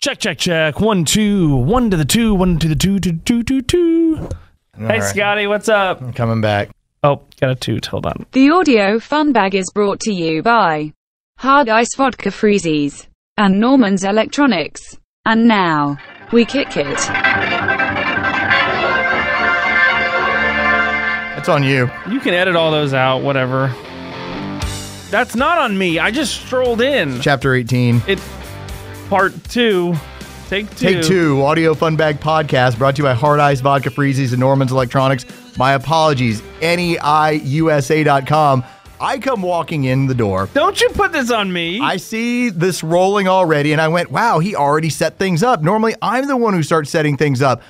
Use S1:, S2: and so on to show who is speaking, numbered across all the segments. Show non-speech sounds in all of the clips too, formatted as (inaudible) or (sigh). S1: Check, check, check. One, two, one to the two, one to the two, two, two, two, two. hey,
S2: right.
S1: Scotty, what's up?
S2: I'm coming back.
S1: Oh, got a toot. Hold on.
S3: The audio fun bag is brought to you by Hard Ice Vodka Freezies and Norman's Electronics. And now, we kick it.
S2: That's on you.
S1: You can edit all those out, whatever. That's not on me. I just strolled in.
S2: Chapter 18.
S1: It. Part two. Take two.
S2: Take two, audio fun bag podcast brought to you by Hard Ice Vodka Freezies and Norman's Electronics. My apologies, E neiusa.com. I come walking in the door.
S1: Don't you put this on me.
S2: I see this rolling already, and I went, wow, he already set things up. Normally, I'm the one who starts setting things up.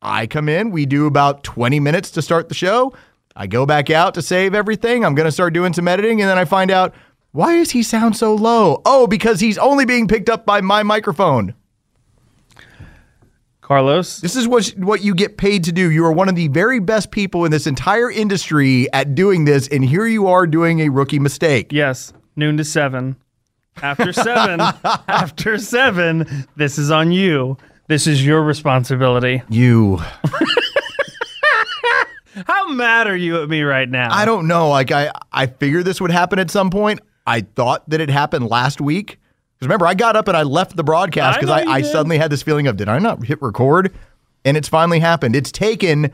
S2: I come in, we do about 20 minutes to start the show. I go back out to save everything. I'm going to start doing some editing, and then I find out, why does he sound so low? Oh, because he's only being picked up by my microphone.
S1: Carlos.
S2: This is what what you get paid to do. You are one of the very best people in this entire industry at doing this, and here you are doing a rookie mistake.
S1: Yes. Noon to seven. After
S2: (laughs)
S1: seven. after seven. This is on you. This is your responsibility.
S2: You,
S1: How mad are you at me right now?
S2: I don't know. Like I, I figured this would happen at some point. I thought that it happened last week. Because remember, I got up and I left the broadcast
S1: I
S2: because
S1: know
S2: I,
S1: you
S2: I,
S1: did.
S2: suddenly had this feeling of did I not hit record? And it's finally happened. It's taken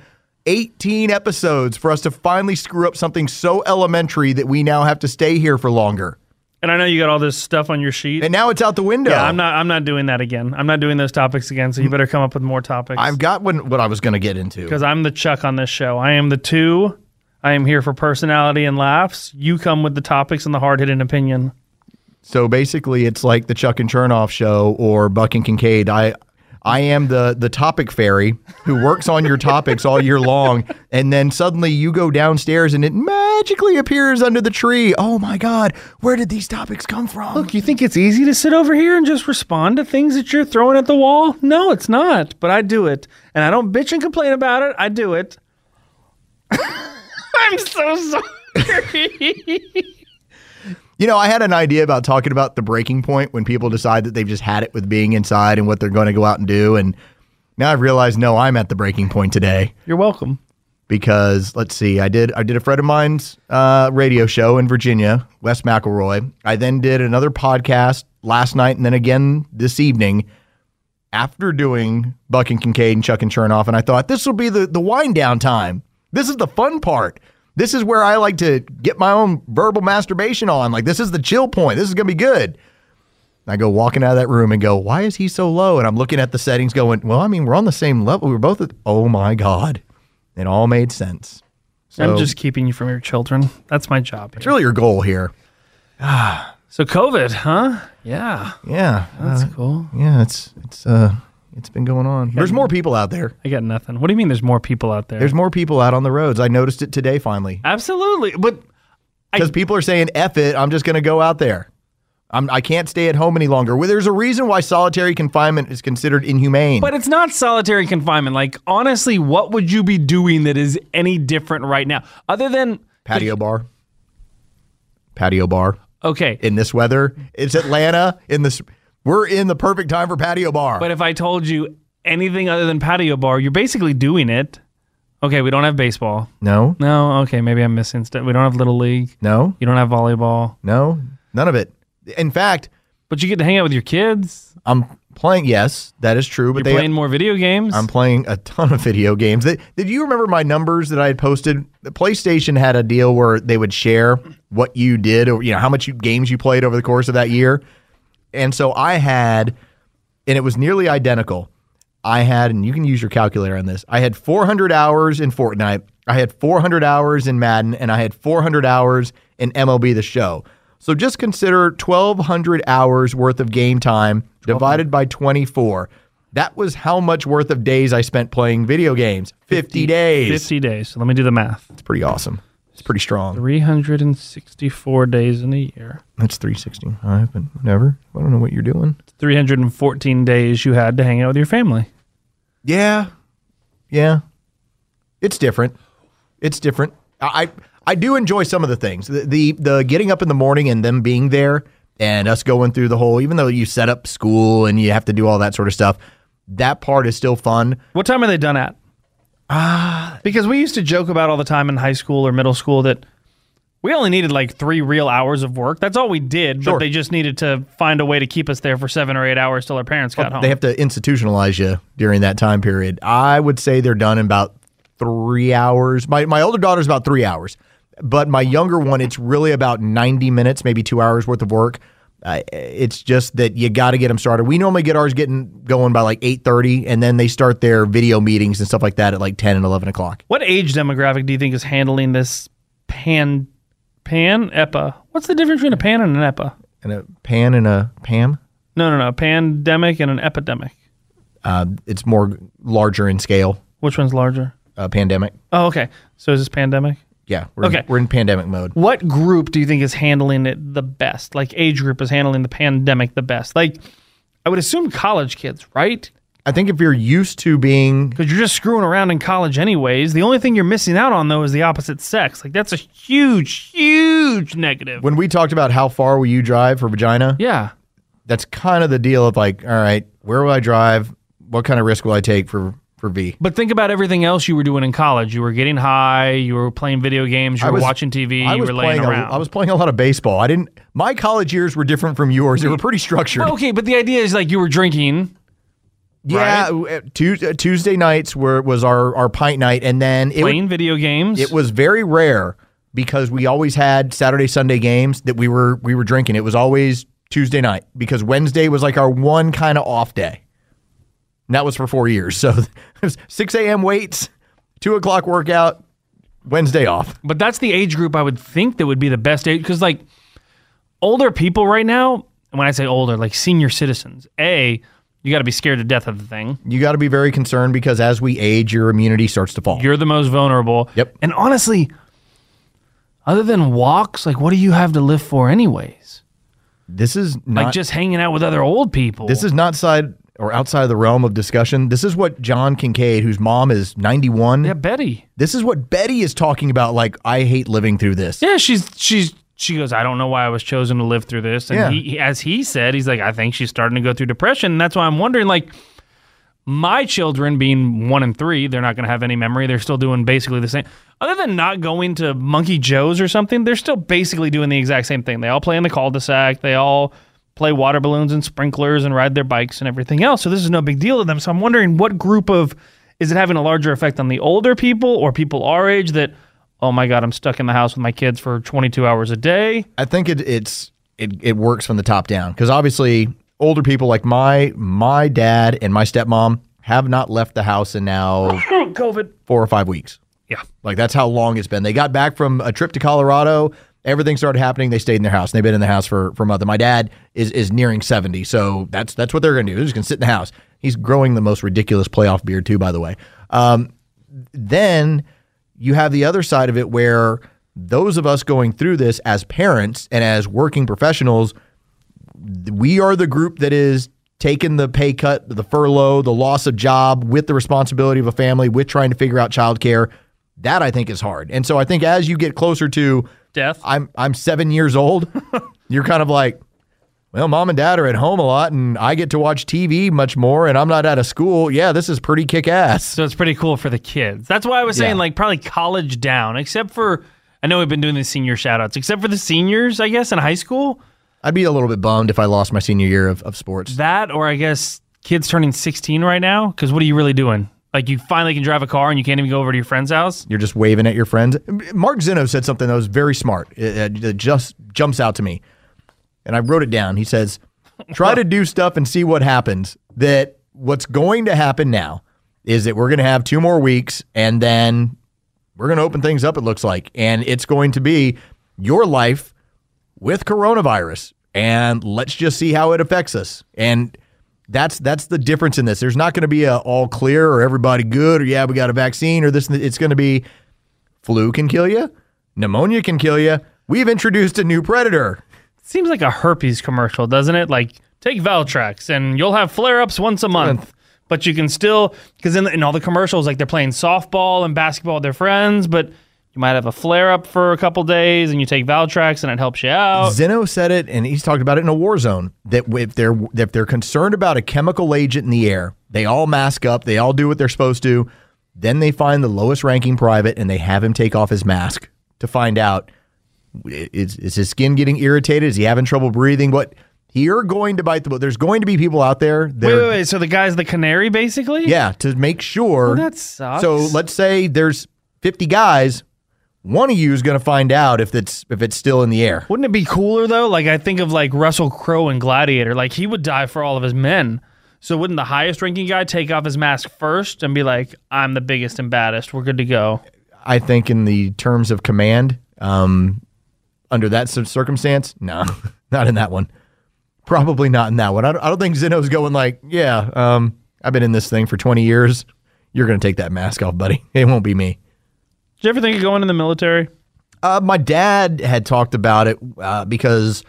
S2: 18 episodes for us to finally screw up something so elementary that we now have to stay here for longer.
S1: And I know you got all this stuff on your sheet.
S2: And now it's out the window.
S1: Yeah, I'm not. I'm not doing that again. I'm not doing those topics again. So you better come up with more topics.
S2: I've got one, what I was going to get into.
S1: because I'm the Chuck on this show. I am the two. I am here for personality and laughs. You come with the topics and the hard hitting opinion.
S2: So basically, it's like the Chuck and Chernoff show or Buck and Kincaid. I, I am the the topic fairy who works on your topics all year long, and then suddenly you go downstairs and it magically appears under the tree. Oh my God, where did these topics come from?
S1: Look, you think it's easy to sit over here and just respond to things that you're throwing at the wall? No, it's not. But I do it, and I don't bitch and complain about it. I do it. (laughs) I'm so sorry.
S2: You know, I had an idea about talking about the breaking point when people decide that they've just had it with being inside and what they're going to go out and do, and now I've realized no, I'm at the breaking point today.
S1: you're welcome.
S2: because let's see, I did I did a friend of mine's uh, radio show in Virginia, Wes McElroy. I then did another podcast last night, and then again this evening. After doing Buck and Kincaid and Chuck and Chernoff, and I thought this will be the the wind down time. This is the fun part. This is where I like to get my own verbal masturbation on. Like this is the chill point. This is gonna be good. And I go walking out of that room and go, why is he so low? And I'm looking at the settings going, well, I mean, we're on the same level. We're both at, oh my God. It all made sense. So
S1: I'm just keeping you from your children. That's my job. here.
S2: it's really your goal here.
S1: So COVID, huh? Yeah,
S2: Yeah.
S1: that's
S2: Uh,
S1: cool.
S2: yeah, it's it's uh it's been going on. There's more people out there.
S1: I got nothing. What do you mean? There's more people out there?
S2: There's more people out on the roads. I noticed it today finally.
S1: absolutely, but
S2: Because people are saying, F it, I'm just gonna go out there. I'm I can't stay at home any longer. Well, there's a reason why solitary confinement is considered inhumane.
S1: but it's not solitary confinement. Like honestly, what would you be doing that is any different right now, other than
S2: patio bar. Patio bar.
S1: okay?
S2: In this weather. It's Atlanta in this we're in the perfect time for patio bar.
S1: But if I told you anything other than patio bar, you're basically doing it. Okay, we don't have baseball.
S2: no,
S1: No, okay, maybe I'm missing stuff. We don't have little league.
S2: no,
S1: You don't have volleyball,
S2: no, none of it. In fact,
S1: but you get to hang out with your kids.
S2: I'm playing. Yes, that is true. But
S1: You're
S2: they,
S1: playing more video games.
S2: I'm playing a ton of video games. That, did you remember my numbers that I had posted? The PlayStation had a deal where they would share what you did, or you know how much you, games you played over the course of that year. And so I had, and it was nearly identical. I had, and you can use your calculator on this. I had 400 hours in Fortnite. I had 400 hours in Madden, and I had 400 hours in MLB The Show. So just consider 1,200 hours worth of game time divided by 24. That was how much worth of days I spent playing video games. 50 days.
S1: 50 days. So let me do the math.
S2: It's pretty awesome. It's pretty strong.
S1: 364 days in a year.
S2: That's 365, but whatever. I don't know what you're doing.
S1: 314 days you had to hang out with your family.
S2: Yeah, yeah, it's different. It's different. I I I do enjoy some of the things. The the, the getting up in the morning and them being there and us going through the whole, even though you set up school and you have to do all that sort of stuff, that part is still fun.
S1: What time are they done at? Ah, because we used to joke about all the time in high school or middle school that we only needed like three real hours of work. That's all we did, but
S2: Sure.
S1: they just needed to find a way to keep us there for seven or eight hours till our parents got home.
S2: They have to institutionalize you during that time period. I would say they're done in about three hours. My my older daughter's about three hours, but my younger one, it's really about ninety minutes, maybe two hours worth of work. Uh, it's just that you got to get them started. We normally get ours getting going by like eight thirty, and then they start their video meetings and stuff like that at like ten and eleven o'clock.
S1: what age demographic do you think is handling this pan pan epa? What's the difference between a pan and an epa?
S2: And a pan and a Pam.
S1: No, no, no. Pandemic and an epidemic.
S2: Uh, it's more larger in scale.
S1: Which one's larger?
S2: Uh, pandemic.
S1: Oh, okay. So is this pandemic?
S2: Yeah, we're
S1: Okay.
S2: we're in pandemic mode.
S1: What group do you think is handling it the best? Like age group is handling the pandemic the best? Like I would assume college kids, right?
S2: I think if you're used to being
S1: Because you're just screwing around in college anyways. The only thing you're missing out on though is the opposite sex. Like that's a huge, huge negative.
S2: when we talked about how far will you drive for vagina,
S1: Yeah.
S2: that's kind of the deal of like, all right, where will I drive? What kind of risk will I take for for V?
S1: But think about everything else you were doing in college. You were getting high, you were playing video games, you
S2: I
S1: were
S2: was-
S1: watching TV,
S2: I
S1: you
S2: was
S1: were laying
S2: playing. A,
S1: around.
S2: I was playing a lot of baseball. I didn't. My college years were different from yours. They were pretty structured.
S1: okay, but the idea is like you were drinking.
S2: yeah, Tuesday, uh, Tuesday nights were was our our pint night, and then it would-
S1: Playing video games.
S2: it was very rare because we always had Saturday Sunday games that we were we were drinking. It was always Tuesday night because Wednesday was like our one kind of off day. And that was for four years. So (laughs) it was six a.m. weights, two o'clock workout, Wednesday off.
S1: But that's the age group I would think that would be the best age because like older people right now, and when I say older, like senior citizens, A, you gotta be scared to death of the thing.
S2: You got to be very concerned because as we age, your immunity starts to fall.
S1: You're the most vulnerable.
S2: Yep.
S1: And honestly, other than walks, like what do you have to live for anyways?
S2: this is not
S1: Like just hanging out with other old people.
S2: This is not side or outside of the realm of discussion. This is what John Kincaid, whose mom is ninety-one.
S1: Yeah, Betty.
S2: This is what Betty is talking about. Like I hate living through this.
S1: Yeah, she's she's she goes, I don't know why I was chosen to live through this. And
S2: Yeah.
S1: he, he- as he said, he's like, I think she's starting to go through depression. And that's why I'm wondering, like, my children being one and three, they're not going to have any memory. They're still doing basically the same. Other than not going to Monkey Joe's or something, they're still basically doing the exact same thing. They all play in the cul-de-sac. They all play water balloons and sprinklers and ride their bikes and everything else. So this is no big deal to them. So I'm wondering what group of is it having a larger effect on the older people or people our age that oh my god, I'm stuck in the house with my kids for 22 hours a day.
S2: I think it, it's it, it works from the top down because obviously older people like my my dad and my stepmom have not left the house in now
S1: COVID.
S2: four or five weeks.
S1: Yeah.
S2: Like that's how long it's been. They got back from a trip to Colorado. Everything started happening. They stayed in their house. And they've been in the house for for a month. And my dad is is nearing seventy, so that's that's what they're going to do. They're just going to sit in the house. He's growing the most ridiculous playoff beard too, by the way. Um, then you have the other side of it where those of us going through this as parents and as working professionals, we are the group that is taking the pay cut, the furlough, the loss of job with the responsibility of a family, with trying to figure out childcare. That I think is hard. And so I think as you get closer to
S1: Death.
S2: I'm I'm seven years old, you're kind of like, well, mom and dad are at home a lot and I get to watch TV much more and I'm not out of school. Yeah, this is pretty kick ass.
S1: So it's pretty cool for the kids. That's why I was saying
S2: Yeah.
S1: like probably college down, except for I know we've been doing the senior shout outs, except for the seniors, I guess, in high school.
S2: I'd be a little bit bummed if I lost my senior year of, of sports.
S1: That or I guess kids turning 16 right now, because what are you really doing? Like you finally can drive a car and you can't even go over to your friend's house.
S2: You're just waving at your friends. Mark Zeno said something that was very smart. It, it just jumps out to me. And I wrote it down. He says, try to do stuff and see what happens. That what's going to happen now is that we're going to have two more weeks and then we're going to open things up, it looks like. And it's going to be your life with coronavirus. And let's just see how it affects us. And that's that's the difference in this. There's not going to be a all clear or everybody good or yeah, we got a vaccine or this. and that. It's going to be flu can kill you, pneumonia can kill you. We've introduced a new predator.
S1: Seems like a herpes commercial, doesn't it? Like take Valtrax and you'll have flare ups once a month. But you can still, because in, in all the commercials, like they're playing softball and basketball with their friends, but You might have a flare up for a couple days, and you take Valtrax, and it helps you out.
S2: Zeno said it, and he's talked about it in a war zone. That if they're if they're concerned about a chemical agent in the air, they all mask up, they all do what they're supposed to. Then they find the lowest ranking private, and they have him take off his mask to find out i- is is his skin getting irritated? Is he having trouble breathing? What you're going to bite the bullet. There's going to be people out there. That
S1: Wait,
S2: are-
S1: wait, wait. So the guy's the canary, basically.
S2: Yeah, to make sure.
S1: that sucks.
S2: So let's say there's 50 guys. One of you is going to find out if it's if it's still in the air.
S1: Wouldn't it be cooler though? Like I think of like Russell Crowe in Gladiator. Like he would die for all of his men. So wouldn't the highest ranking guy take off his mask first and be like, "I'm the biggest and baddest. We're good to go."
S2: I think in the terms of command, um, under that cir- circumstance, no, (laughs) not in that one. Probably not in that one. I don't, I don't think Zeno's going like, yeah, um, I've been in this thing for 20 years. You're going to take that mask off, buddy. (laughs) It won't be me.
S1: Did you ever think of going in the military? (laughs)
S2: Uh, my dad had talked about it uh, because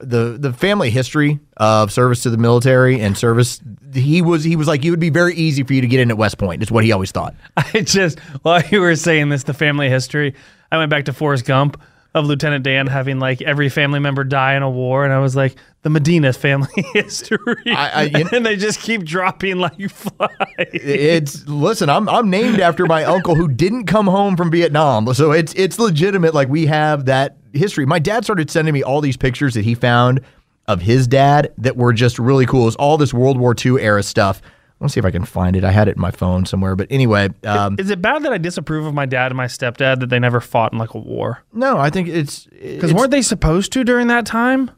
S2: the the family history of service to the military and service. He was he was like it would be very easy for you to get in at West Point. Is what he always thought.
S1: I just while you were saying this, the family history. I went back to Forrest Gump of Lieutenant Dan having like every family member die in a war, and I was like, the Medina family (laughs) history,
S2: I- I- you-
S1: (laughs) and they just keep dropping like (laughs) flies.
S2: It's listen, I'm I'm named after my uncle who didn't come home from Vietnam. So it's it's legitimate like we have that history. My dad started sending me all these pictures that he found of his dad that were just really cool. It's all this World War II era stuff. Let's see if I can find it. I had it in my phone somewhere, but anyway, um,
S1: Is it bad that I disapprove of my dad and my stepdad that they never fought in like a war?
S2: no, I think it's
S1: Because weren't they supposed to during that time?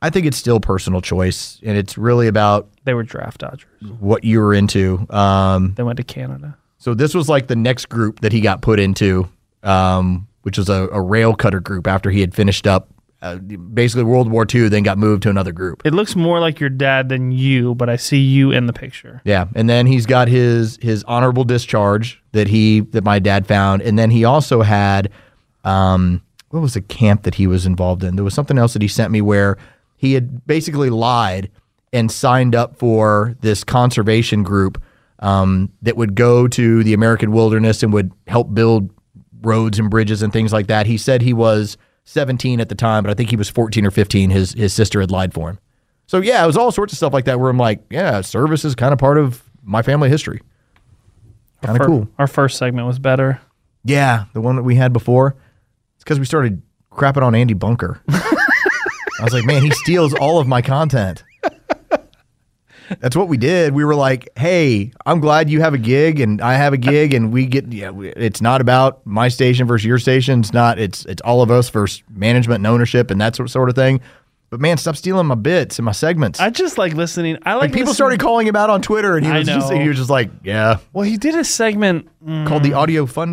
S2: I think it's still personal choice, and it's really about
S1: They were draft dodgers.
S2: what you were into. Um,
S1: They went to Canada.
S2: so this was like the next group that he got put into, um, which was a, a rail cutter group after he had finished up uh, basically World War II, then got moved to another group.
S1: It looks more like your dad than you, but I see you in the picture.
S2: Yeah, and then he's got his his honorable discharge that he that my dad found, and then he also had um, what was the camp that he was involved in? There was something else that he sent me where he had basically lied and signed up for this conservation group um, that would go to the American wilderness and would help build roads and bridges and things like that. He said he was 17 at the time, but I think he was 14 or 15. His his sister had lied for him. So yeah, it was all sorts of stuff like that where I'm like, yeah, service is kind of part of my family history. Kind of
S1: Fir-
S2: cool.
S1: Our first segment was better.
S2: Yeah, the one that we had before. It's because we started crapping on Andy Bunker. I was like, man, he steals all of my content. That's what we did. We were like, hey, I'm glad you have a gig and I have a gig and we get. Yeah, we, it's not about my station versus your station. It's not. It's it's all of us versus management and ownership and that sort sort of thing. But man, stop stealing my bits and my segments.
S1: I just like listening. I like,
S2: like people
S1: listening-
S2: started calling him out on Twitter and he
S1: I
S2: was just
S1: know.
S2: he was just like, yeah,
S1: Well, he did a segment. Mm,
S2: called the audio fun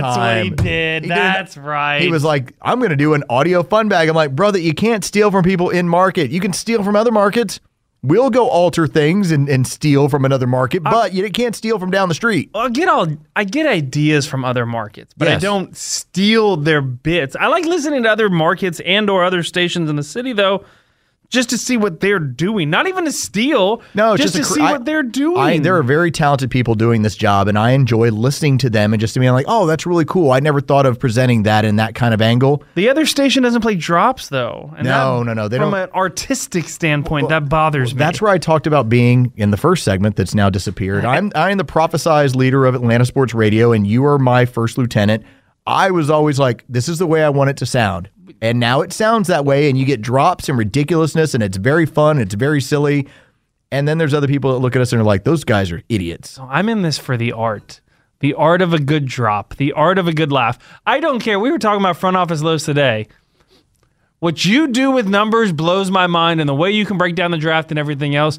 S1: that's
S2: one
S1: what
S2: time.
S1: he did.
S2: He did an-
S1: that's right.
S2: He was like, I'm going to do an audio fun bag. I'm like, brother, you can't steal from people in market. You can steal from other markets. We'll go alter things and, and steal from another market,
S1: Uh,
S2: but you can't steal from down the street.
S1: I get all I get ideas from other markets, but I
S2: Yes.
S1: don't steal their bits. I like listening to other markets and or other stations in the city though, just to see what they're doing. Not even to steal.
S2: No, it's
S1: just,
S2: just
S1: to
S2: a cr-
S1: see
S2: I-
S1: what they're doing.
S2: I, there are very talented people doing this job, and I enjoy listening to them and just being like, oh, that's really cool. I never thought of presenting that in that kind of angle.
S1: the other station doesn't play drops though. And
S2: No,
S1: that-
S2: no, no, they
S1: from
S2: don't-
S1: an artistic standpoint, that bothers me.
S2: That's where I talked about being in the first segment that's now disappeared. I'm I'm the prophesized leader of Atlanta Sports Radio, and you are my first lieutenant. I was always like, this is the way I want it to sound. And now it sounds that way, and you get drops and ridiculousness, and it's very fun, it's very silly. And then there's other people that look at us and are like, those guys are idiots.
S1: I'm in this for the art. The art of a good drop, the art of a good laugh. I don't care. We were talking about front office lows today. What you do with numbers blows my mind, and the way you can break down the draft and everything else.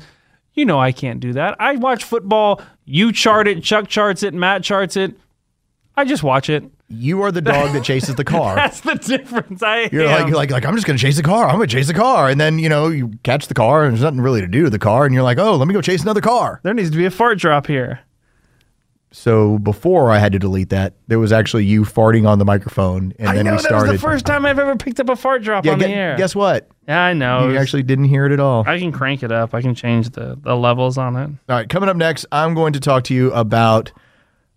S1: You know, I can't do that. I watch football. You chart it, Chuck charts it, Matt charts it. I just watch it. (laughs)
S2: You are the dog that chases the car.
S1: That's the difference. I
S2: You're
S1: am.
S2: like, you're like, like, I'm just gonna chase the car. I'm gonna chase the car, and then you know you catch the car, and there's nothing really to do to the car, and you're like, oh, let me go chase another car.
S1: there needs to be a fart drop here.
S2: So before I had to delete that, there was actually you farting on the microphone, and
S1: I
S2: then
S1: know
S2: we
S1: that was
S2: started.
S1: the first time I've ever picked up a fart drop
S2: yeah,
S1: on
S2: gu-
S1: the air.
S2: guess what?
S1: yeah, I know.
S2: You actually didn't hear it at all.
S1: I can crank it up. I can change the, the levels on it.
S2: All right, coming up next, I'm going to talk to you about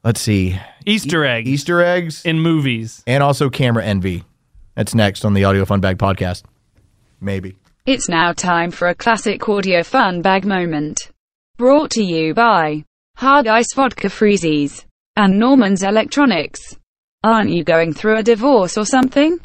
S2: Let's see.
S1: Easter egg
S2: Easter eggs
S1: in movies.
S2: and also camera envy. That's next on the Audio Fun Bag podcast. Maybe.
S3: It's now time for a classic audio fun bag moment. Brought to you by Hard Ice Vodka Freezies and Norman's Electronics. Aren't you going through a divorce or something?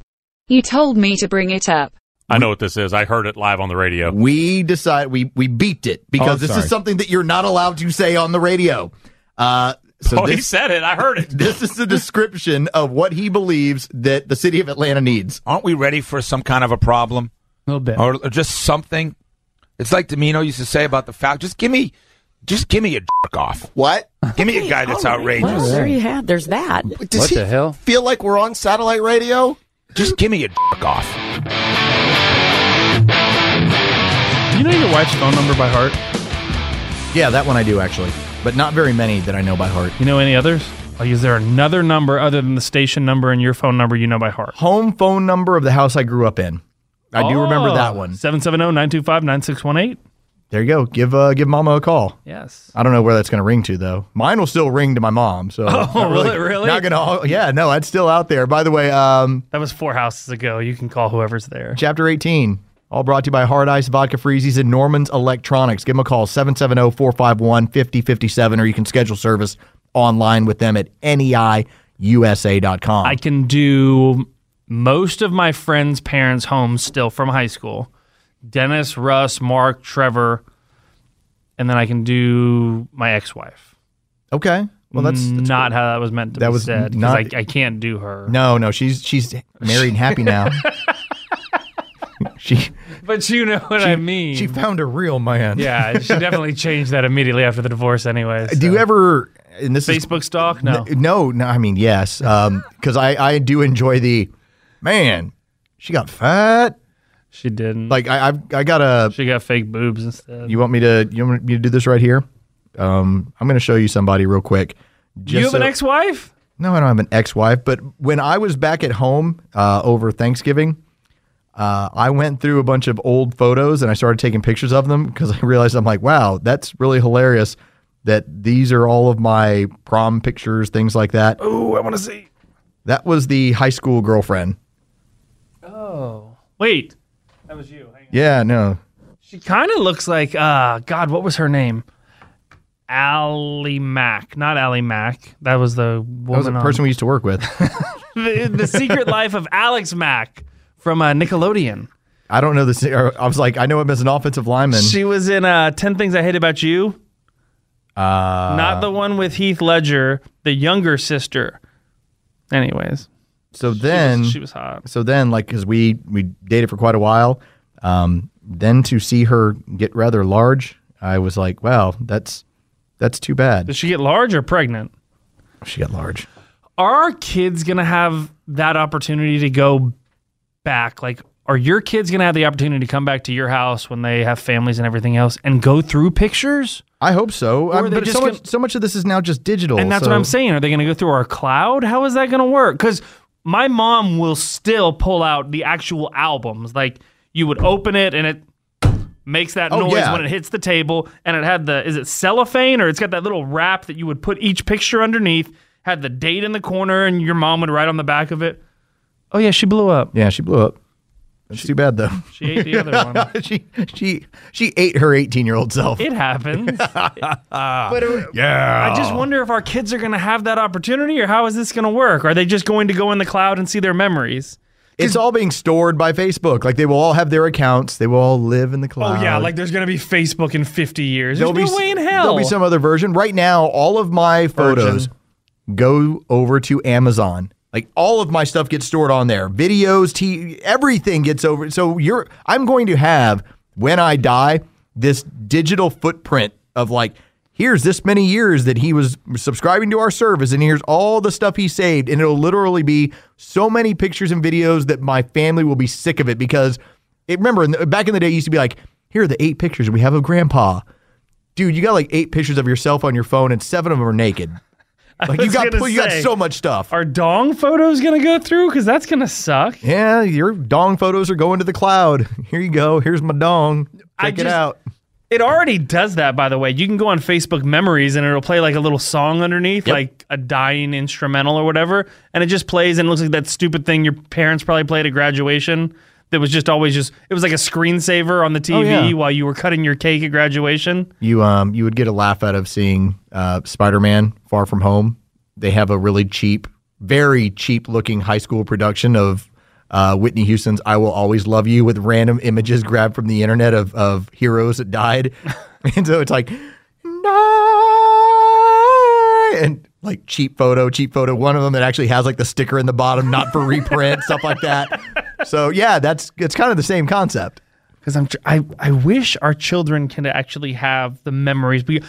S3: You told me to bring it up.
S4: I know what this is. I heard it live on the radio.
S2: We decide we we beeped it
S4: Oh,
S2: because this
S4: sorry.
S2: is something that you're not allowed to say on the radio. Uh, so
S4: oh, he
S2: this
S4: said it. I heard it.
S2: this is the description of what he believes that the city of Atlanta needs.
S5: Aren't we ready for some kind of a problem
S1: A little bit.
S5: or, or just something? It's like Domino used to say about the Falcons. Just give me, just give me a jerk off.
S6: What?
S5: Give me a guy that's
S7: Well,
S5: outrageous.
S7: there you have. There's that.
S6: Does
S8: What
S6: he
S8: the hell?
S6: feel like we're on satellite radio?
S5: Just give me a jerk off.
S1: Do you know your wife's phone number by heart?
S2: Yeah, that one I do actually, but not very many that I know by heart.
S1: You know any others? Like, is there another number other than the station number and your phone number you know by heart?
S2: Home phone number of the house I grew up in. I do remember
S1: Oh,
S2: that one.
S1: 770-925-9618.
S2: There you go. Give uh, give mama a call.
S1: Yes.
S2: I don't know where that's going to ring to though. Mine will still ring to my
S1: (laughs)
S2: mom. So oh,
S1: will it really?
S2: Not gonna. Yeah, no, that's still out there. By the way, um,
S1: That was four houses ago. You can call whoever's there.
S2: Chapter 18, all brought to you by Hard Ice Vodka Freezies and Norman's Electronics. Give them a call, oh, 770 451 5057, or you can schedule service online with them at E neiusa.com.
S1: I can do most of my friends' parents' homes still from high school. Dennis, Russ, Mark, Trevor, and then I can do my ex-wife.
S2: okay. Well, that's, that's
S1: not how that was meant to
S2: That
S1: be
S2: was
S1: said. 'cause
S2: not-
S1: I, I can't do her.
S2: no, no. She's she's married and happy
S1: (laughs)
S2: now. she
S1: But you know what I mean.
S2: she found a real man.
S1: Mm. yeah, she
S2: (laughs)
S1: definitely changed that immediately after the divorce. Anyway,
S2: Do you ever? And this is
S1: Facebook stalk? No.
S2: N- No, no, I mean yes, because I I do enjoy the man. She got fat.
S1: She didn't.
S2: Like I I've, I got a
S1: she got fake boobs instead.
S2: You want me to you want me to do this right here? Um, I'm going to show you somebody real quick.
S1: you have
S2: Just
S1: an
S2: so-
S1: ex-wife?
S2: No, I don't have an ex-wife. But when I was back at home uh, over Thanksgiving, uh, I went through a bunch of old photos and I started taking pictures of them because (laughs) I realized I'm like, wow, that's really hilarious. That these are all of my prom pictures, things like that.
S1: Oh, I want to see.
S2: That was the high school girlfriend.
S1: Oh, wait, that was you. Hang on.
S2: Yeah, no,
S1: She kind of looks like uh God. What was her name? Allie Mack, not Allie Mack. That was the woman.
S2: that was a person we used to work with. (laughs)
S1: on, (laughs) the, the Secret Life of Alex Mack from uh, Nickelodeon.
S2: I don't know this. or I was like, I know him as an offensive lineman.
S1: She was in uh, Ten Things I Hate About You. Uh, not the one with Heath Ledger, the younger sister. Anyways,
S2: so then
S1: she was hot.
S2: so then like because we we dated for quite a while um then to see her get rather large i was like wow that's that's too bad
S1: Did she get large or pregnant?
S2: she got large
S1: are our kids going to have that opportunity to go back? Like, are your kids going to have the opportunity to come back to your house when they have families and everything else and go through pictures?
S2: i hope so I
S1: are they
S2: but so
S1: just
S2: much
S1: gonna-
S2: so much of this is now just digital
S1: And that's
S2: so-
S1: what I'm saying. Are they going to go through our cloud? How is that going to work? Because my mom will still pull out the actual albums. Like, you would open it and it makes that
S2: Oh,
S1: noise
S2: yeah.
S1: when it hits the table. And it had the, is it cellophane or it's got that little wrap that you would put each picture underneath, had the date in the corner, and your mom would write on the back of it. Oh, yeah, she blew up.
S2: yeah she blew up that's too bad though
S1: She ate
S2: (laughs)
S1: the other one.
S2: she she she ate her 18 year old self
S1: It
S2: (laughs)
S1: happens.
S2: yeah
S1: I
S2: Oh.
S1: just wonder if our kids are going to have that opportunity or how is this going to work? Are they just going to go in the cloud and see their memories?
S2: it's all being stored by facebook like they will all have their accounts they will all live in the cloud
S1: Oh, yeah. Like there's going to be Facebook in 50 years. There's
S2: Uh, There'll
S1: no
S2: be,
S1: way in
S2: s-
S1: hell.
S2: There'll be some other version. Right now, all of my photos go over to Amazon. Like all of my stuff gets stored on there. Videos, t- everything gets over. So you're, I'm going to have when I die this digital footprint of like, here's this many years that he was subscribing to our service, and here's all the stuff he saved, and it'll literally be so many pictures and videos that my family will be sick of it because, it, remember, in the, back in the day, it used to be like, here are the eight pictures we have of Grandpa dude, you got like eight pictures of yourself on your phone, and seven of them are
S1: (laughs)
S2: naked. Like you
S1: was
S2: got
S1: gonna
S2: you got
S1: say.
S2: so much stuff.
S1: Are dong photos going to go through? Because that's going to suck.
S2: yeah, (laughs) your dong photos are going to the cloud. Here you go. Here's my dong. Check it
S1: just-
S2: out.
S1: It already does that, by the way. You can go on Facebook Memories and it'll play like a little song underneath, like a dying instrumental or whatever, and it just plays and it looks like that stupid thing your parents probably played at graduation. That was just always just it was like a screensaver on the TV
S2: Oh, yeah.
S1: while you were cutting your cake at graduation.
S2: You um you would get a laugh out of seeing uh, Spider-Man: Far From Home. They have a really cheap, very cheap-looking high school production of uh, Whitney Houston's "I Will Always Love You" with random images grabbed from the internet of of heroes that died, (laughs) and so it's like, "Night," and like cheap photo, cheap photo. One of them that actually has like the sticker in the bottom, not for reprint, stuff like that. So yeah, that's it's kind of the same concept.
S1: because I'm tr- I I wish our children can actually have the memories. Be-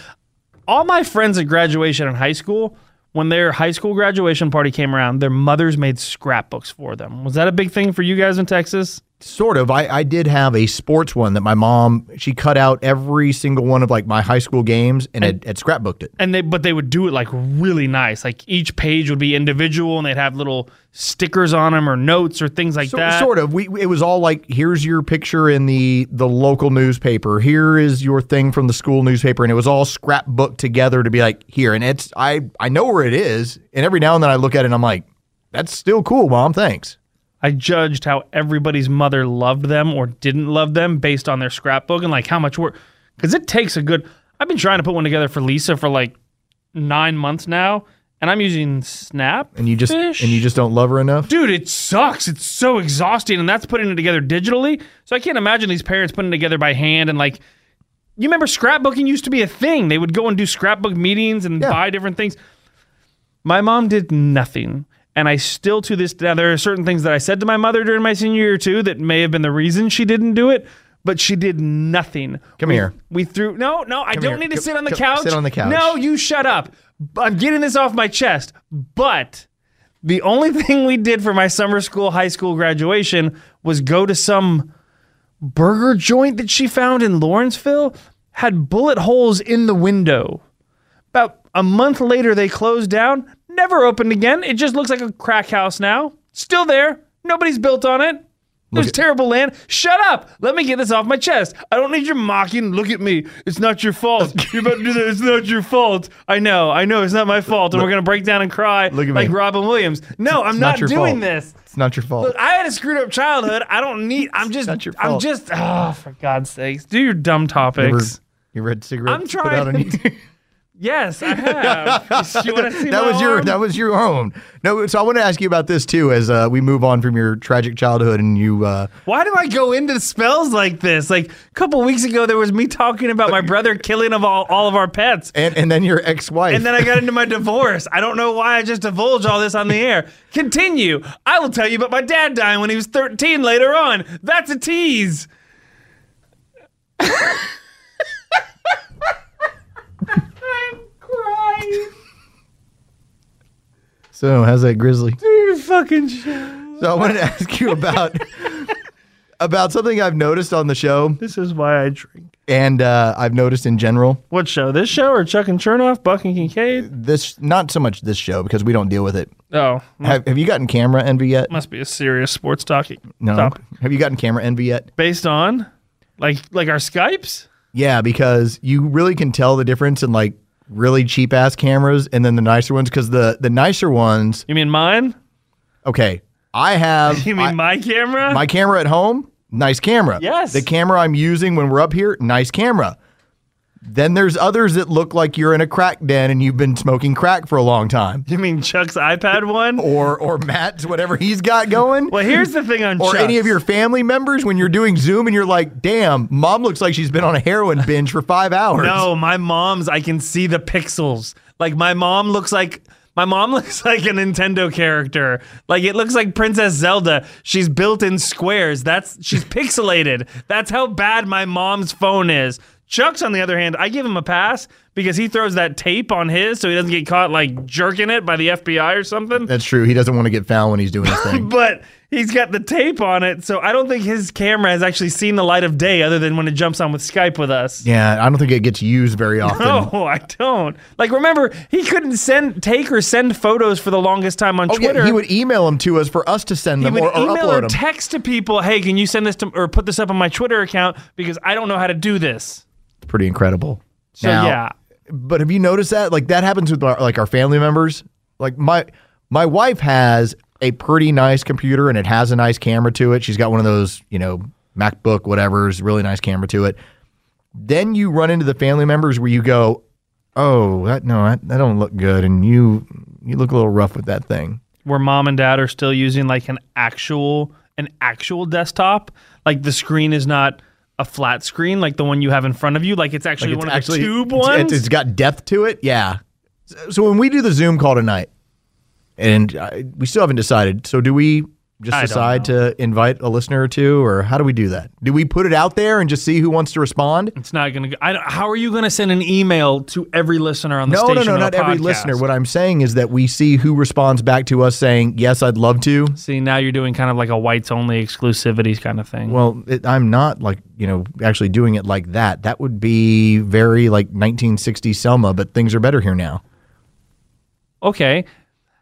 S1: All my friends at graduation in high school, when their high school graduation party came around, their mothers made scrapbooks for them. Was that a big thing for you guys in Texas?
S2: Sort of. I, I did have a sports one that my mom she cut out every single one of like my high school games and had, had scrapbooked it.
S1: And they but they would do it like really nice. Like each page would be individual, and they'd have little stickers on them or notes or things like
S2: So,
S1: that.
S2: sort of. We it was all like here's your picture in the the local newspaper. Here is your thing from the school newspaper, and it was all scrapbooked together to be like here. And it's I I know where it is, and every now and then I look at it and I'm like, that's still cool, mom. Thanks.
S1: I judged how everybody's mother loved them or didn't love them based on their scrapbook and like how much work. Because it takes a good. I've been trying to put one together for Lisa for like nine months now, and I'm using Snap.
S2: And you just and you just don't love her enough.
S1: Dude, it sucks. It's so exhausting, and that's putting it together digitally. So I can't imagine these parents putting it together by hand and like. You remember scrapbooking used to be a thing. They would go and do scrapbook meetings and
S2: Yeah.
S1: buy different things. My mom did nothing. And I still to this now there are certain things that I said to my mother during my senior year too that may have been the reason she didn't do it, but she did nothing.
S2: Come
S1: We-
S2: here.
S1: We threw no, no, I don't
S2: here.
S1: need to
S2: Come-
S1: sit on the
S2: come-
S1: couch.
S2: sit on the couch.
S1: No, you shut up. B- I'm getting this off my chest. But the only (laughs) thing we did for my summer school, high school graduation was go to some burger joint that she found in Lawrenceville had bullet holes in the window. About a month later, they closed down, never opened again. It just looks like a crack house now. Still there. Nobody's built on it. There's terrible land. Shut up. Let me get this off my chest. I don't need your mocking. Look at me. It's not your
S2: (laughs)
S1: fault. You're about to do that. It's not your fault. I know. I know. It's not my fault. And we're going to break down and cry
S2: Look at
S1: like
S2: me.
S1: Robin Williams. No, I'm
S2: not
S1: not,
S2: your
S1: doing
S2: fault.
S1: this.
S2: It's not your fault.
S1: Look, I had a screwed up childhood. I don't need. I'm just.
S2: not your
S1: I'm
S2: fault.
S1: just. Oh, for God's sakes, do your dumb
S2: you, ever,
S1: topics.
S2: you ever had cigarettes?
S1: I'm (laughs)
S2: Put out on
S1: trying. yes,
S2: (laughs)
S1: I have. You wanna see
S2: that
S1: my
S2: was your
S1: arm?
S2: that was your own. No, so I want to ask you about this too, as uh, we move on from your tragic childhood and you. Uh,
S1: Why do I go into spells like this? Like a couple weeks ago, there was me talking about my brother killing of all, all of our pets.
S2: and, and then your ex-wife.
S1: And then I got into my divorce. I don't know why I just divulge all this on the air. Continue. I will tell you about my dad dying when he was 13 later on. That's a tease. I'm crying.
S2: so how's that grizzly?
S1: You're fucking shit.
S2: So I wanted to ask you about (laughs) about something I've noticed on the show,
S1: This is why I drink.
S2: and uh, I've noticed in general.
S1: What show? This show or Chuck and Chernoff? Buck and Kincaid?
S2: This not so much this show because we don't deal with it.
S1: Oh,
S2: Have, have you gotten camera envy yet?
S1: must be a serious sports talking.
S2: No.
S1: topic.
S2: Have you gotten camera envy yet?
S1: Based on, like, like our Skypes.
S2: Yeah, because you really can tell the difference in like really cheap ass cameras and then the nicer ones because the the nicer ones
S1: You mean mine?
S2: okay, I have
S1: (laughs) You mean
S2: I-
S1: my camera?
S2: my camera at home, nice camera.
S1: Yes.
S2: The camera I'm using when we're up here, nice camera. Then there's others that look like you're in a crack den and you've been smoking crack for a long time.
S1: You mean Chuck's iPad one?
S2: Or or Matt's whatever he's got going.
S1: Well, here's the thing on
S2: (laughs) or
S1: Chuck's.
S2: any of your family members when you're doing Zoom and you're like, damn, mom looks like she's been on a heroin binge for five hours.
S1: No, my mom's. I can see the pixels. Like my mom looks like my mom (laughs) looks like a Nintendo character. Like it looks like Princess Zelda. She's built in squares. That's she's pixelated. That's how bad my mom's phone is. Chuck's on the other hand, I give him a pass because he throws that tape on his so he doesn't get caught like jerking it by the FBI or something.
S2: That's true. He doesn't want to get found when he's doing his
S1: (laughs)
S2: thing.
S1: But he's got the tape on it, so I don't think his camera has actually seen the light of day other than when it jumps on with Skype with us.
S2: yeah, I don't think it gets used very often.
S1: No, I don't. Like, remember, he couldn't send, take, or send photos for the longest time on
S2: Oh, yeah,
S1: Twitter.
S2: he would email them to us for us to send
S1: He
S2: them
S1: would
S2: or, or
S1: email
S2: upload
S1: or
S2: them.
S1: text to people, "Hey, can you send this to or put this up on my Twitter account because I don't know how to do this."
S2: It's pretty incredible.
S1: So
S2: Now-
S1: yeah,
S2: But have you noticed that? Like that happens with our, like our family members. Like my my wife has a pretty nice computer and it has a nice camera to it. She's got one of those, you know, MacBook whatever's really nice camera to it. Then you run into the family members where you go, "Oh, that no, that, that don't look good and you you look a little rough with that thing."
S1: where mom and dad are still using like an actual an actual desktop, like the screen is not a flat screen like the one you have in front of you, like it's actually
S2: Like
S1: one
S2: it's
S1: of
S2: actually
S1: the tube
S2: it's-
S1: ones.
S2: It's, it's got depth to it. Yeah. So, so when we do the Zoom call tonight, and I, we still haven't decided. So do we just
S1: I don't
S2: decide to invite a listener or two, or how do we do that? Do we put it out there and just see who wants to respond?
S1: It's not going to. I don't, how are you going to send an email to every listener on the
S2: No,
S1: station?
S2: no, no,
S1: on a
S2: not every
S1: podcast?
S2: listener. What I'm saying is that we see who responds back to us saying, "Yes, I'd love to."
S1: See, now you're doing kind of like a whites only exclusivity kind of thing.
S2: Well, it, I'm not like you know actually doing it like that. That would be very like 1960 Selma, but things are better here now.
S1: okay,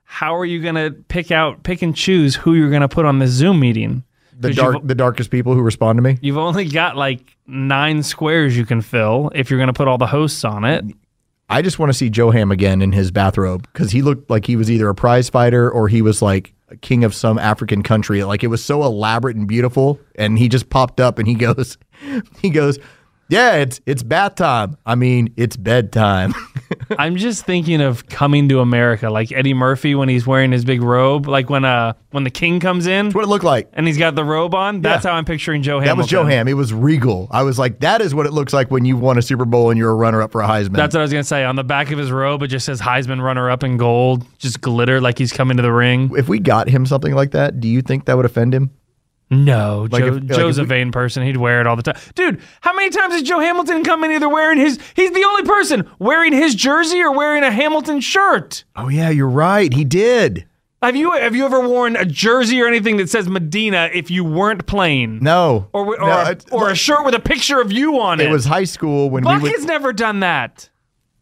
S1: how are you going to pick out, pick and choose who you're going to put on this Zoom meeting?
S2: The
S1: 'Cause
S2: dark,
S1: You've,
S2: the darkest people who respond to me.
S1: you've only got like nine squares you can fill if you're going to put all the hosts on
S2: (laughs)
S1: it.
S2: I just want to see Joe Ham again in his bathrobe because he looked like he was either a prize fighter or he was like a king of some African country. Like it was so elaborate and beautiful, and he just popped up and he (laughs) goes, he goes, yeah, it's it's bath time. I mean, it's bedtime. (laughs)
S1: I'm just thinking of coming to America, like Eddie Murphy when he's wearing his big robe, like when uh when the king comes in
S2: what it looked like.
S1: and he's got the robe on. That's
S2: Yeah.
S1: how I'm picturing Joe.
S2: That was Joe Ham. It was regal. I was like, that is what it looks like when you won a Super Bowl and you're a runner up for a Heisman.
S1: That's what I was gonna say. On the back of his robe, it just says Heisman runner-up in gold, just glitter like he's coming to the ring.
S2: if we got him something like that, do you think that would offend him?
S1: No,
S2: Like
S1: Joe,
S2: if- like
S1: Joe's
S2: if we-
S1: a vain person. He'd wear it all the time. Dude, how many times has Joe Hamilton come in either wearing his? He's the only person wearing his jersey or wearing a Hamilton shirt.
S2: Oh yeah, you're right. He did.
S1: Have you have you ever worn a jersey or anything that says Medina if you weren't playing?
S2: No.
S1: Or, or,
S2: No, it-
S1: or a shirt with a picture of you on it.
S2: It was high school when
S1: Buck
S2: we would,
S1: has never done that.